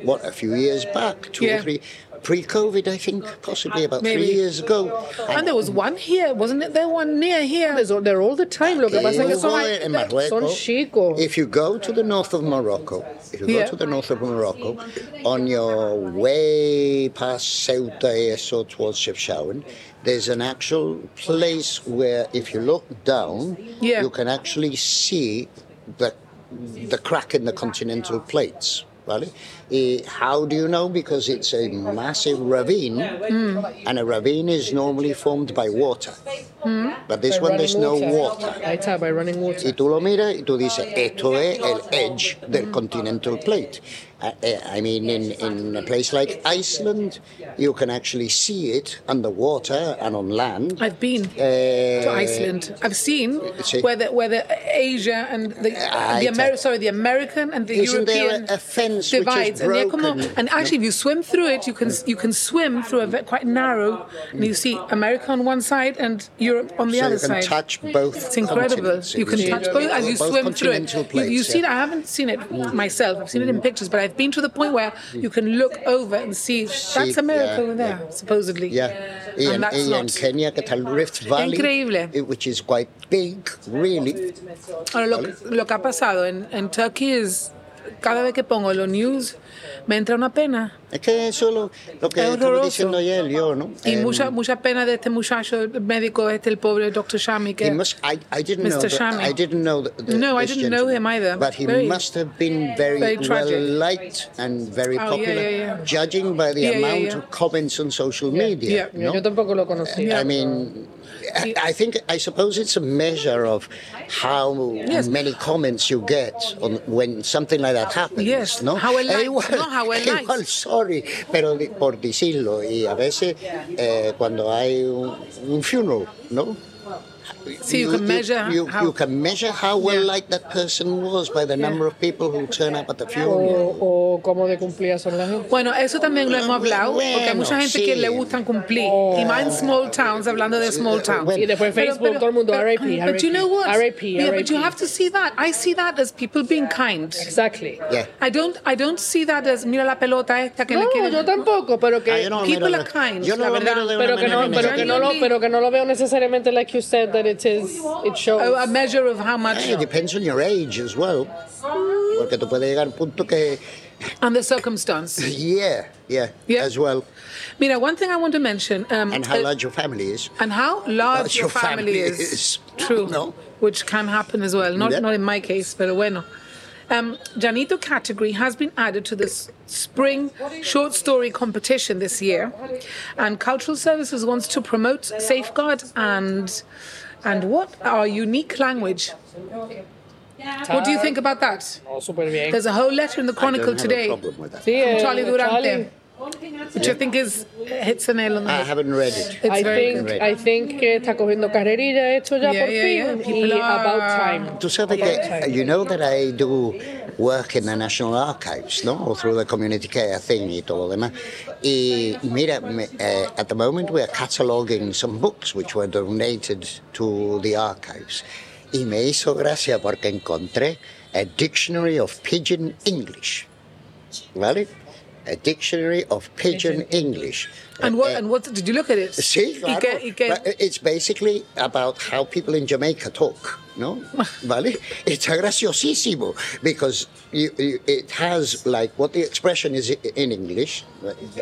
What, a few years back, two or Yeah. three, pre-COVID, I think, possibly about three Maybe. years ago. And there was one here, wasn't it? There one near here. there's all- they're all the time. Lo que Aquí pasa es que hubo son, en Marruecos. son chicos. If you go to the north of Morocco, if you Yeah. go to the north of Morocco, on your way past Ceuta eso towards Chefchaouen, there's an actual place where if you look down, Yeah. you can actually see the the crack in the continental plates. Vale? Eh, How do you know? Because it's a massive ravine, and a ravine is normally formed by water. But this Hmm. by one, there's running no water. water. Ahí está, by running water. Y tú lo miras y tú dices, esto es el edge del continental plate. I, I- I mean, in, in a place like Iceland, you can actually see it underwater and on land. I've been Eh, to Iceland. I've seen sí. Ah, where the, where the Asia and the, Ahí the está. Ameri- sorry, the American and the Isn't there European a, a fence which is divides, and they're broken? como, and actually, if you swim through it, you can you can swim through a ve- quite narrow, and you see America on one side and Europe on the so other you can side. touch both. it's incredible. continents. You can touch both as you swim through it. continental You, you've plates, seen. yeah. Mm. I haven't seen it myself. I've seen it in pictures, but I've been to the point where you can look over and see that's America yeah, over there, supposedly. Yeah, And in, that's in, not- Kenya, que está el Rift Valley, Increíble. eh, which is quite big, really. Ahora, lo, lo que ha pasado en, en Turkey es, cada vez que pongo los news, me entra una pena. Es que eso es lo, lo que Es estaba horroroso. diciendo ayer yo, ¿no? Y Em, mucha, mucha pena de este muchacho el médico, este, el pobre Dr. Shami, He que must. I, I didn't know. Mr. That, Shami. I didn't know that. that No, I this didn't know gentleman. him either. But he Very- must have been very, Very well tragic. Oh, liked and very yeah, popular, yeah, yeah. judging by the Yeah, yeah, amount yeah. of comments on social media. yeah. no? Yo tampoco lo conocía. I mean, I, I think I suppose it's a measure of how many comments you get on when something like that happens. Yes, ¿no? how well E liked, igual, no, how well e igual, liked. sorry, pero di- por decirlo y a veces eh, cuando hay un, un funeral, ¿no? So you can measure you, how- you can measure how well Yeah. liked that person was by the number of people who turn up at the funeral. O, o cómo de cumplida son la gente. Bueno, eso también lo hemos hablado, porque hay mucha Bueno, gente que sí. le gustan cumplir. Y más en small towns, hablando de small towns. bueno. Y después Pero- Facebook, pero- todo el mundo, pero- RIP, But you know what? RIP, Yeah, but you have to see that. I see that as people being kind. Exactly. Yeah. I don't, I don't see that as mira la pelota esta que No, le quieren. yo tampoco, pero que... Ah, yo no lo people miro are de- kind, yo no la lo verdad. miro de una pero que no, manera pero que no lo, Genuinely- pero que no lo veo necesariamente like you said that it is it shows. a, a measure of how much It depends on your age as well, porque tú puedes llegar a un punto que and the circumstance. yeah, yeah, Yeah. as well, Mira, one thing I want to mention. Um, and how uh, large your family is. and how large Large your your family, family is. is. True. No. Which can happen as well. Not Yeah. not in my case, pero bueno. Um, Janito category has been added to this spring short story competition this year, and Cultural Services wants to promote, safeguard, and and what our unique language. What do you think about that? Oh, súper bien. There's a whole letter in the I don't Chronicle have a today, problem with that. Sí, eh, Charlie Durante, Charlie, which I think is hits the nail on the I head. haven't read it. It's I very think good. I think que está cogiendo carrerilla esto ya Yeah, por yeah, yeah. fin y People are- about time. Tú sabes que, uh, you know that I do work in the National Archives, ¿no? Or through the community care thing y todo lo demás. Y mira, me- eh, at the moment we are cataloging some books which were donated to the archives. Y me hizo gracia porque encontré a dictionary of pidgin English. ¿Vale? A dictionary of pidgin English. And what Eh, and what did you look at it? Sí, Y claro. que- y que- But It's basically about how people in Jamaica talk, ¿no? ¿Vale? Está graciosísimo because you, you, it has like what the expression is i- in English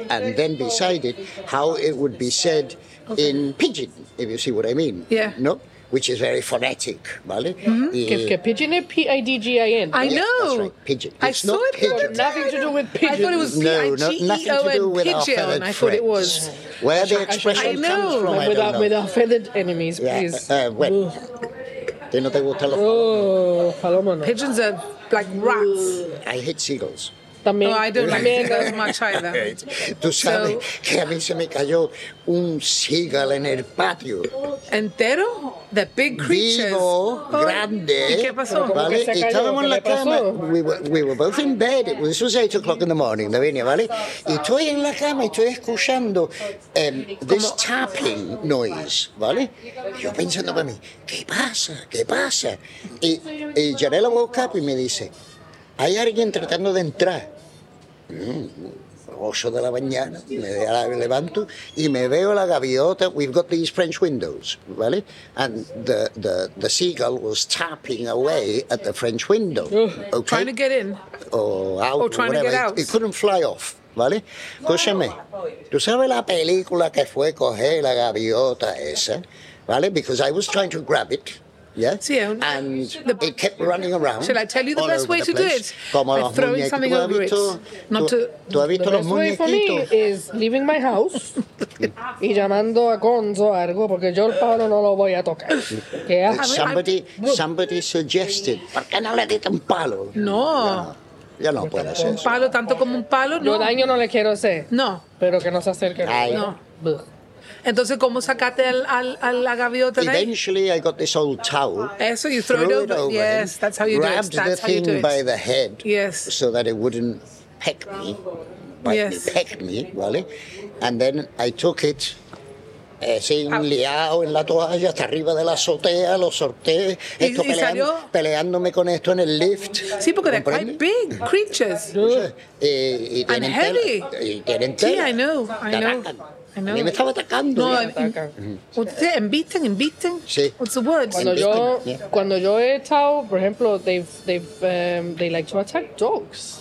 and then beside it how it would be said in pidgin, if you see what I mean. Yeah. Mm-hmm. No? Which is very phonetic, ¿vale? Y- Que, que pigeon es P I D G I N. I Yeah, that's know. right, pigeon. I It's saw not it. pigeon. Nothing to do with I pigeon. thought it was P I no, no, G E nothing O to do N with our pigeon. fellow I thought it was. friends. Where the should- I should- expression I comes know. from, I with, don't our, know. with offended enemies, Yeah, please. uh, bueno. Que no te gustan los Oh, paloma no. Pigeons are like rats. I hate seagulls. También. No, I don't like Mm. también, seagulls much either. Tú sabes que a mí se me cayó un seagull en el patio. Entero? The big creatures. Vivo, Oh, grande. ¿Y qué pasó? ¿Cómo que ¿Vale? se cayó? Estábamos en la ¿Qué le cama. pasó? We were, we were both in bed. It was, this was 8 o'clock in the morning, Lavinia, ¿vale? Y estoy en la cama y estoy escuchando em, this tapping noise, ¿vale? Yo pensando para mí, ¿qué pasa? ¿Qué pasa? Y, y Janela woke up y me dice, hay alguien tratando de entrar. 8 de la mañana, me la- levanto y me veo la gaviota. We've got these French windows, ¿vale? And the, the, the seagull was tapping away at the French window. Okay? Trying to get in. o out, Or Oh, trying to whatever. get out. It, it couldn't fly off, ¿vale? Escúchame, ¿tú sabes la película que fue coger la gaviota esa? ¿Vale? Because I was trying to grab it. Yeah? Sí, eh, un- and it kept running around. Shall I tell you the all best over way the to do place. it? Como By los throwing muñequitos. something ¿Tú has over it. visto- Not tú- to- ¿Tú has The visto los best way for me muñequitos? is leaving my house y llamando a Gonzo algo porque yo el palo no lo voy a tocar. Que That asco. somebody, somebody suggested, ¿por qué no le diste un palo? No. Ya no puedo hacer eso. Palo tanto como un palo, Yo no. daño no le quiero hacer, No. pero que no se acerque. Ay. No. Buh. Entonces, ¿cómo sacaste al, al, a la gaviota de ahí? Eventually, I got this old towel. Eso, you throw it threw over. Yes, him, that's how you do it. grabbed That's the how you thing do by it. the head Yes. so that it wouldn't peck me. Bite Yes. me, peck me, ¿vale? And then I took it. Eh, sin liado en la toalla hasta arriba de la azotea, lo sorteé, esto y pelean- salió? peleándome con esto en el lift. Sí, porque they're ¿comprende? quite big creatures. Eh, y And tienen heavy. tela, y tienen Sí, tela. I know, I Te know. atacan. I A mí me know. estaba atacando. No, ¿eh? Atacan. Ustedes inviten, inviten. Sí. What's the word? Cuando yo, Yeah. cuando yo he estado, por ejemplo, they've, they've, um, they like to attack dogs.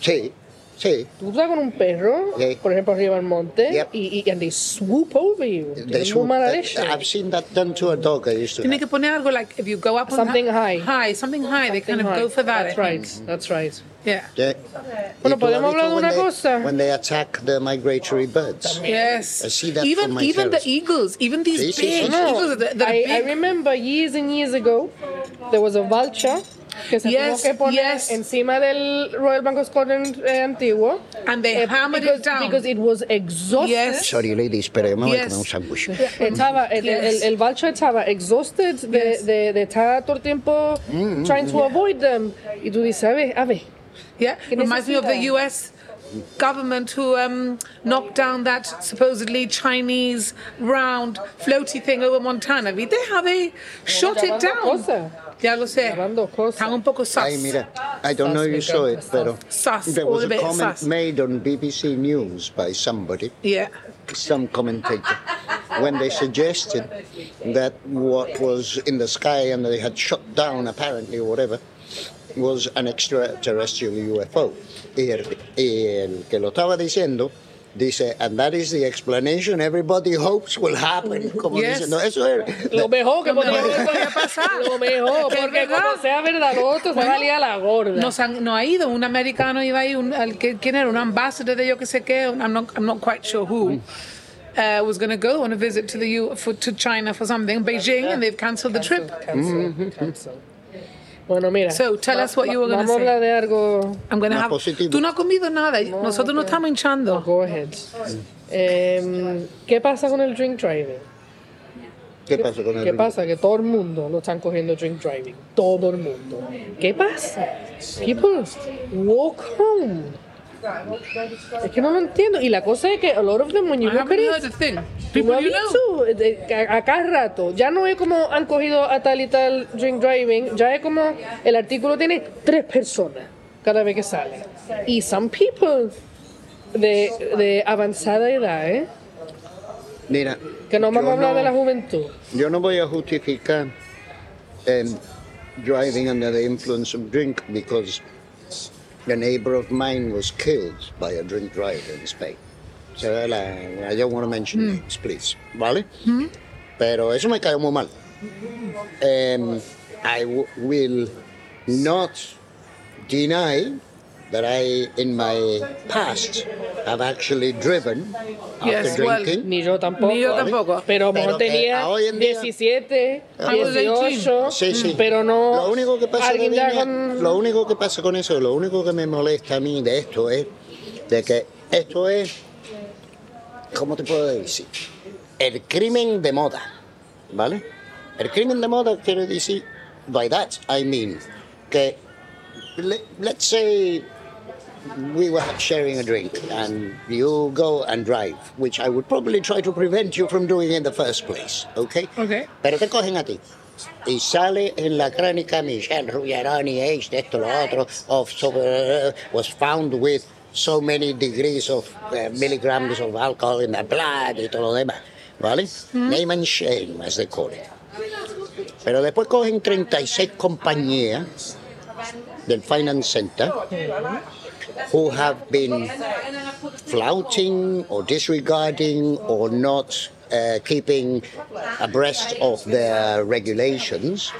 Sí, Sí. Tú estás con un perro, Yeah. por ejemplo, arriba al monte, Yep. y, y and they swoop over you. They Tienen should, muy mala that- leche. I've seen that done to a dog. I used to. Tiene que poner algo like if you go up on Something that- high. high, something high. they kind of Right. go for that. That's I right, think. that's right. Yeah. Yeah. Bueno, They do podemos have it hablar de when una they- cosa. When they attack the migratory birds. Yes. I see that even from my even terrace. the eagles, even these This is big interesting. eagles that, that are I, I big. remember years and years ago, there was a vulture que se Yes, tuvo que poner yes. encima del Royal Bank of Scotland eh, antiguo. And they eh, hammered it because, down. Because it was exhausted. Yes. Sorry, ladies, pero me voy a Yes. comer un sándwich. Estaba, el, el, el- el vulture estaba exhausted de, Yes. Mm-hmm. de, de estar todo el tiempo trying to avoid them. Y tú dices, a ver, a ver. Yeah, Que reminds me of the necesita. U.S. government who um, knocked down that supposedly Chinese round floaty thing over Montana. Vi, They have Oh, a shot it grabando down. cosas. Ya lo sé. Grabando cosas. Están un poco sus. Ay, mira, I don't Sus know me you saw encanta, it, pero sus. Sus, there was all the a way, comment sus. made on BBC News by somebody, Yeah. some commentator, when they suggested that what was in the sky and they had shot down apparently or whatever was an extraterrestrial UFO. Y el, y el que lo estaba diciendo dice, and that is the explanation everybody hopes will happen. Como Yes. diciendo, eso es Lo mejor que podía mejor que pasar. podía pasar. Lo mejor, Es porque verdad. como sea verdad, lo otro se va a liar la gorda. Nos han, no ha ido un americano iba ahí un al que- quién era un ambassador de yo que sé qué un- I'm not I'm not quite sure who uh, was going to go on a visit to the U for, to China for something Beijing and they've cancelled the trip Cancel, cancel. Bueno, mira. So, tell us what you were gonna Vamos a say. hablar de algo. I'm going to Más have positivo. tú no has comido nada nosotros no estamos hinchando Go ahead. Em, ¿Qué pasa con el drink driving? ¿Qué pasó con el ¿Qué ring? pasa? Que todo el mundo lo están cogiendo drink driving. Todo el mundo. ¿Qué pasa? People, walk home. Es que no lo entiendo. Y la cosa es que a lot of them, when you I look at haven't it, heard a thing Tú people has you know visto, de- a, a cada rato. Ya no es como han cogido a tal y tal drink driving, ya es como el artículo tiene tres personas cada vez que sale. Y some people de, de avanzada edad, ¿eh? Mira, que no vamos yo a hablar no- de la juventud. Yo no voy a justificar eh, em, driving under the influence of drink because a neighbor of mine was killed by a drink driver in Spain. So la- I don't want to mention Mm. names, please. ¿Vale? Mm-hmm. Pero eso me cayó muy mal. Em, I w- will not deny that I, in my past, have actually driven after Yes, well, drinking. Ni yo tampoco. ¿eh? Ni yo tampoco. Pero a lo mejor Pero que tenía a hoy en día- 17, I was 18, Sí, sí. pero no... Lo único que pasa, alguien ya Karina, con- lo único que pasa con eso, lo único que me molesta a mí de esto es de que esto es, ¿cómo te puedo decir? El crimen de moda, ¿vale? El crimen de moda quiero decir, by that I mean que le- let's say we were sharing a drink and you go and drive, which I would probably try to prevent you from doing in the first place, okay? Okay. Pero te cogen a ti. Y sale en la crónica Michelle Ruggiaroni, H, de esto, lo otro, of, sobre- was found with so many degrees of eh, milligrams of alcohol in the blood y todo lo demás. ¿Vale? Name and shame, as they call it. Pero después cogen 36 compañías del Finance Center who have been flouting or disregarding or not uh, keeping abreast of their regulations.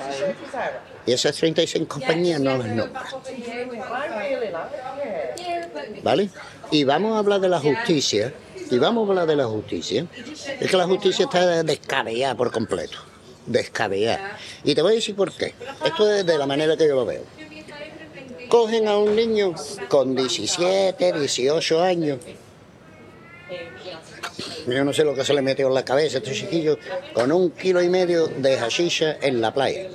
Y esas 35 compañías no las nombran. ¿Vale? Y vamos a hablar de la justicia. Y vamos a hablar de la justicia. Es que la justicia está descabellada por completo. Descabellada. Y te voy a decir por qué. Esto es de la manera que yo lo veo cogen a un niño con 17, 18 años. Yo no sé lo que se le metió en la cabeza a este chiquillo, con un kilo y medio de hashish en la playa.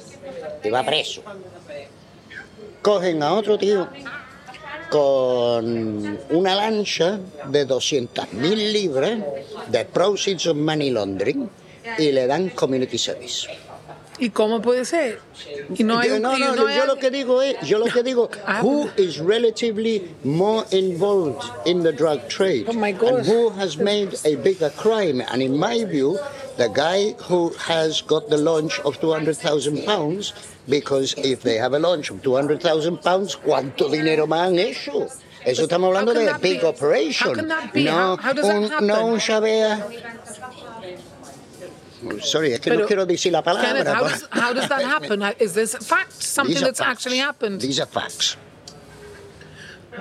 Y va preso. Cogen a otro tío con una lancha de 200.000 libras de proceeds of money laundering y le dan community service. y cómo puede ser y no hay Yo- un- no, y no, no yo hay- lo que digo es, yo lo que digo, Ah. who is relatively more involved in the drug trade Oh, my God. and who has made a bigger crime? And in my view, the guy who has got the launch of 200,000 pounds, because if they have a launch of 200,000 pounds, ¿cuánto dinero más han hecho? Eso estamos hablando How can de that big be? operation. How can that be? No, How- how does that un- happen? no un Shabea. Sorry, es que no Pero- quiero decir la palabra. Kenneth, how Ah, pero- does, how does that happen? Is this a fact? Something These are that's facts. actually happened? These are facts.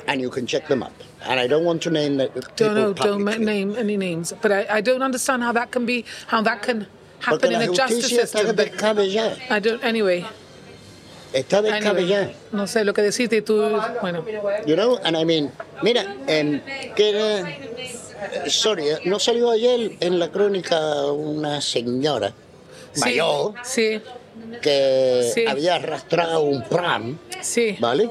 And you can check them up. And I don't want to name the people don't know, don't publicly. ma- name any names. But I, I don't understand how that can be, how that can Porque happen in la the justice justicia está system. descabellada. I don't, anyway, Está descabellada. anyway. No sé lo que decirte y tú, bueno. You know, and I mean, mira, em, que era, eh, sorry, eh, no salió ayer en la crónica una señora Sí, mayor sí, que Sí. había arrastrado un pram, sí. ¿vale?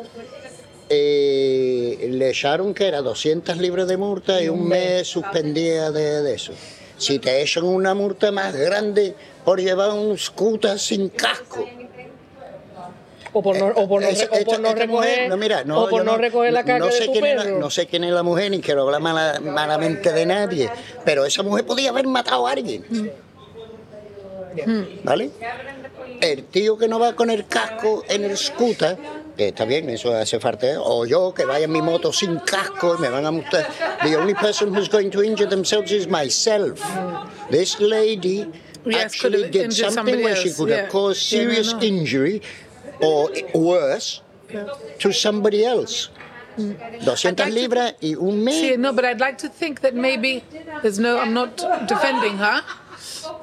Eh, le echaron que era 200 libras de multa y un mes suspendía de, de eso. Si te echan una multa más grande por llevar un scooter sin casco, O por no, o por no, esa- o por esta- esta no este mujer, recoger, no, mira, no, o yo por no, recoger la caca no sé de tu quién era- perro. no sé quién es la mujer ni quiero hablar mala- malamente de nadie, pero esa mujer podía haber matado a alguien. Mm. ¿Vale? El tío que no va con el casco en el scooter, que está bien, eso hace falta, ¿eh? o yo que vaya en mi moto sin casco y me van a multar. The only person who's going to injure themselves is myself. This lady Yes, actually could've did injured somebody something where she else, could have yeah. caused Yeah, no, serious no. injury or worse to somebody else. 200 I'd like to- libras y un mes. See, no, but I'd like to think that maybe there's no. I'm not defending her.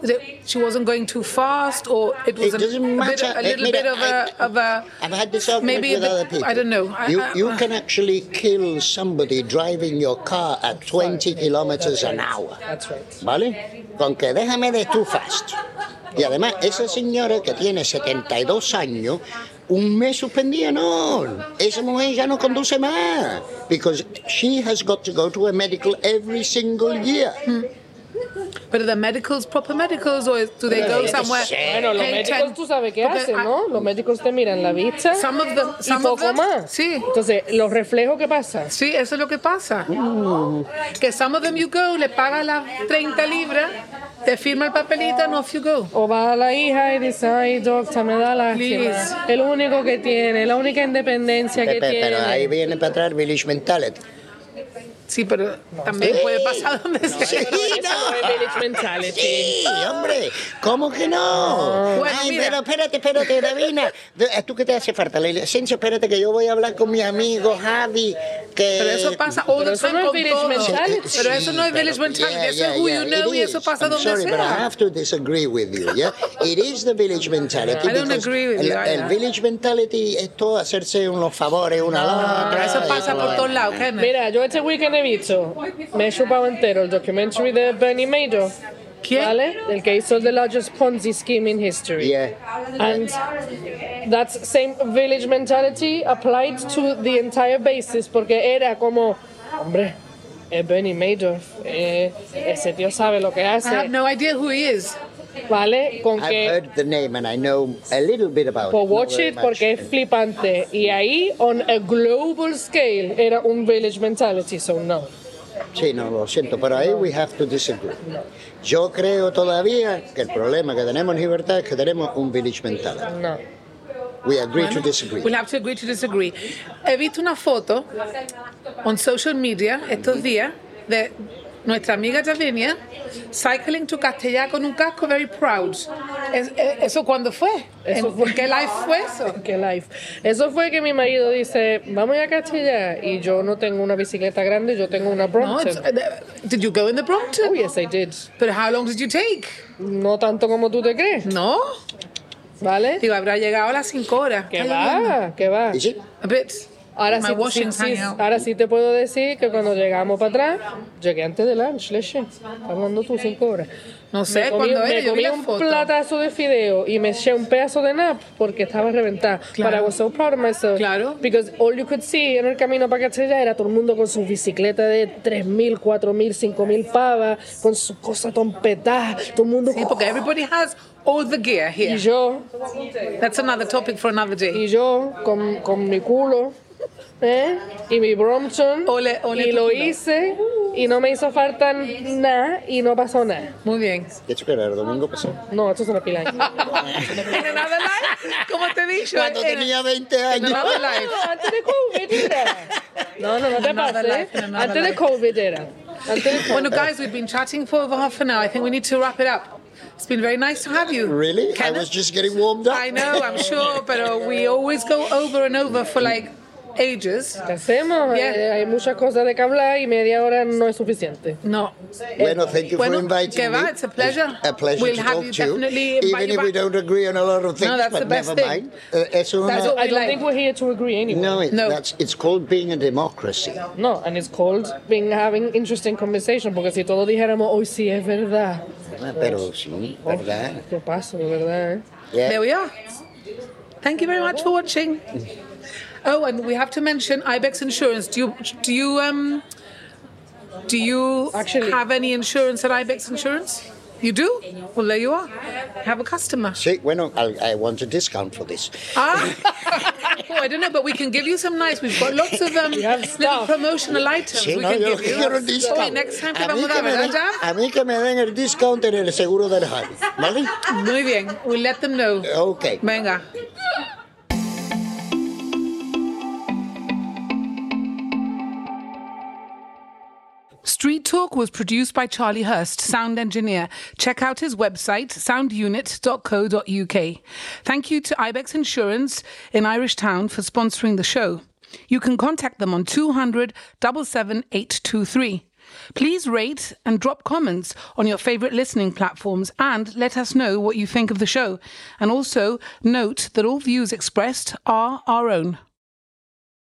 That she wasn't going too fast, or it was It doesn't a, bit, matter. a Eh, little mira, bit of a I- of a. I've had this argument Maybe a with bit- other people. I don't know. I- you I- you I- can actually kill somebody driving your car at 20 kilometers an hour. That's right. ¿Vale? Con que déjame de too fast. Y además, esa señora que tiene 72 años, un mes suspendida, no. Esa mujer ya no conduce más. Because she has got to go to a medical every single year. But are the medicals proper medicals, or is- do they Pero go yo qué somewhere? sé. Bueno, los pay médicos 10? tú sabes qué Porque hacen, I- ¿no? Los médicos te miran la vista Some of them- y some of poco them- más. sí. Entonces, los reflejos, ¿qué pasa? Sí, eso es lo que pasa. Mm. Que some of them you go, le pagas las 30 libras, te firma el papelito and off you go. O va la hija y dice, ay, doctor, me da Please. lástima. El único que tiene, la única independencia que Pepe, tiene. pero ahí viene para atrás Village Mentality. Sí, pero también puede pasar donde Sí, sea. Eso no es village mentality. Sí, hombre, ¿cómo que no? Bueno, Ay, mira. pero espérate, espérate, Davina. ¿A tú qué te hace falta? La licencia, espérate que yo voy a hablar con mi amigo Javi. Que... Pero eso pasa all Pero the eso time no es con village todo. mentality. Pero eso no es village mentality, eso Yeah, es yeah, who yeah, you know it y eso is. pasa I'm donde sorry, but I sea. have to disagree with you, yeah? It is the village mentality. I don't because agree with el, you el either. village mentality es todo hacerse unos favores una a la Pero otra. eso y pasa todo por todos lo lados, Kenneth. Mira, yo este weekend he visto, me he chupado entero el documentary de Bernie Madoff. ¿Quién? ¿Vale? El que hizo The Largest Ponzi Scheme in History. Yeah. And that same village mentality applied to the entire basis porque era como, hombre, es Bernie Madoff, eh, ese tío sabe lo que I have hace, no idea who he is. ¿vale? Con I've que, heard the name and I know a little bit about pues it. not watch very it much. porque es flipante. Y ahí, on a global scale, era un village mentality, so no. Sí, no, lo siento, pero ahí we have to disagree. Yo creo todavía que el problema que tenemos en libertad es que tenemos un village mentality. No. We agree to disagree. We'll have to agree to disagree. He visto una foto on social media estos días de nuestra amiga Javinia cycling to Castellá con un casco very proud. Es- eh, ¿Eso cuándo fue? Eso ¿En- fue- ¿En qué live fue eso? Qué life. Eso fue que mi marido dice, vamos a Castilla. Y yo no tengo una bicicleta grande, yo tengo una No, it's- Brompton. eh, did you go in the Brompton? Oh, yes, I did. But how long did you take? No tanto como tú te crees, No. ¿vale? Digo, habrá llegado a las 5 horas. Que Está lloviendo. va, que va. ¿Y sí? A bit. Ahora My sí, sí, washing's sí, hanging out. ahora sí te puedo decir que cuando llegamos para atrás, llegué antes del lunch, leche. Estás hablando tú cinco horas. No sé Me comí- cuándo era, me yo vi comí la un foto. platazo de fideo y me eché un pedazo de nap porque estaba reventada. Claro. But I was so proud of myself. Claro. Because all you could see en el camino para Castilla era todo el mundo con su bicicleta de 3.000, 4.000, 5.000 pavas, con su cosa trompetada, todo el mundo... Sí, porque everybody has all the gear y here. yo, That's another topic for another day. y yo con, con mi culo, ¿eh? Y mi Brompton. Ole- ole y tu lo culo. hice y no me hizo falta nada y no pasó nada. Muy bien. ¿Qué esperar? ¿El domingo pasó? No, esto es una pila. En another life, como te he dicho. Cuando eh, en- tenía 20 en años. another life. Antes de COVID era. No, no, no te Another pases. life, another Antes de life. COVID era. Antes de COVID. Well, no, guys, we've been chatting for over half an hour. I think we need to wrap it up. It's been very nice to have you. Really? I Kenneth? was just getting warmed up. I know, I'm sure, but uh, we always go over and over for like ages. ¿Qué hacemos? Bien. Eh, hay muchas cosas de que hablar y media hora no es suficiente. No. Bueno, thank you Bueno, for inviting que va, me. it's a pleasure. It's a pleasure We'll to have talk you to you. definitely invite Even you if we back. don't agree on a lot of things, that's but the best never thing. mind. Uh, es una- That's what I we don't like. think we're here to agree anyway. no, it, No. That's, it's called being a democracy. No, and it's called being having interesting conversation, porque si todos dijéramos, hoy sí es verdad. Ah, Pues, Pero sí, Oh, ¿verdad? ¿Qué pasa, de verdad? eh? Yeah. There we are. Thank you very much for watching. Oh, and we have to mention Ibex Insurance. Do you do you um do you Actually- have any insurance at Ibex Insurance? You do? Well, there you are. You have a customer. Sí, bueno, I, I want a discount for this. Ah, oh, I don't know, but we can give you some nice. We've got lots of um, have little stuff. promotional items Sí, we no, can yo give you. quiero un discount. Oye, next time te a, mí vamos a que dar, me den, ¿verdad, Jan? a mí que me den el discount en el seguro del Javi, ¿vale? Muy bien. We'll let them know. Okay. Venga. Street Talk was produced by Charlie Hurst, sound engineer. Check out his website, soundunit.co.uk. Thank you to Ibex Insurance in Irish Town for sponsoring the show. You can contact them on 200 77823. Please rate and drop comments on your favorite listening platforms and let us know what you think of the show. And also note that all views expressed are our own.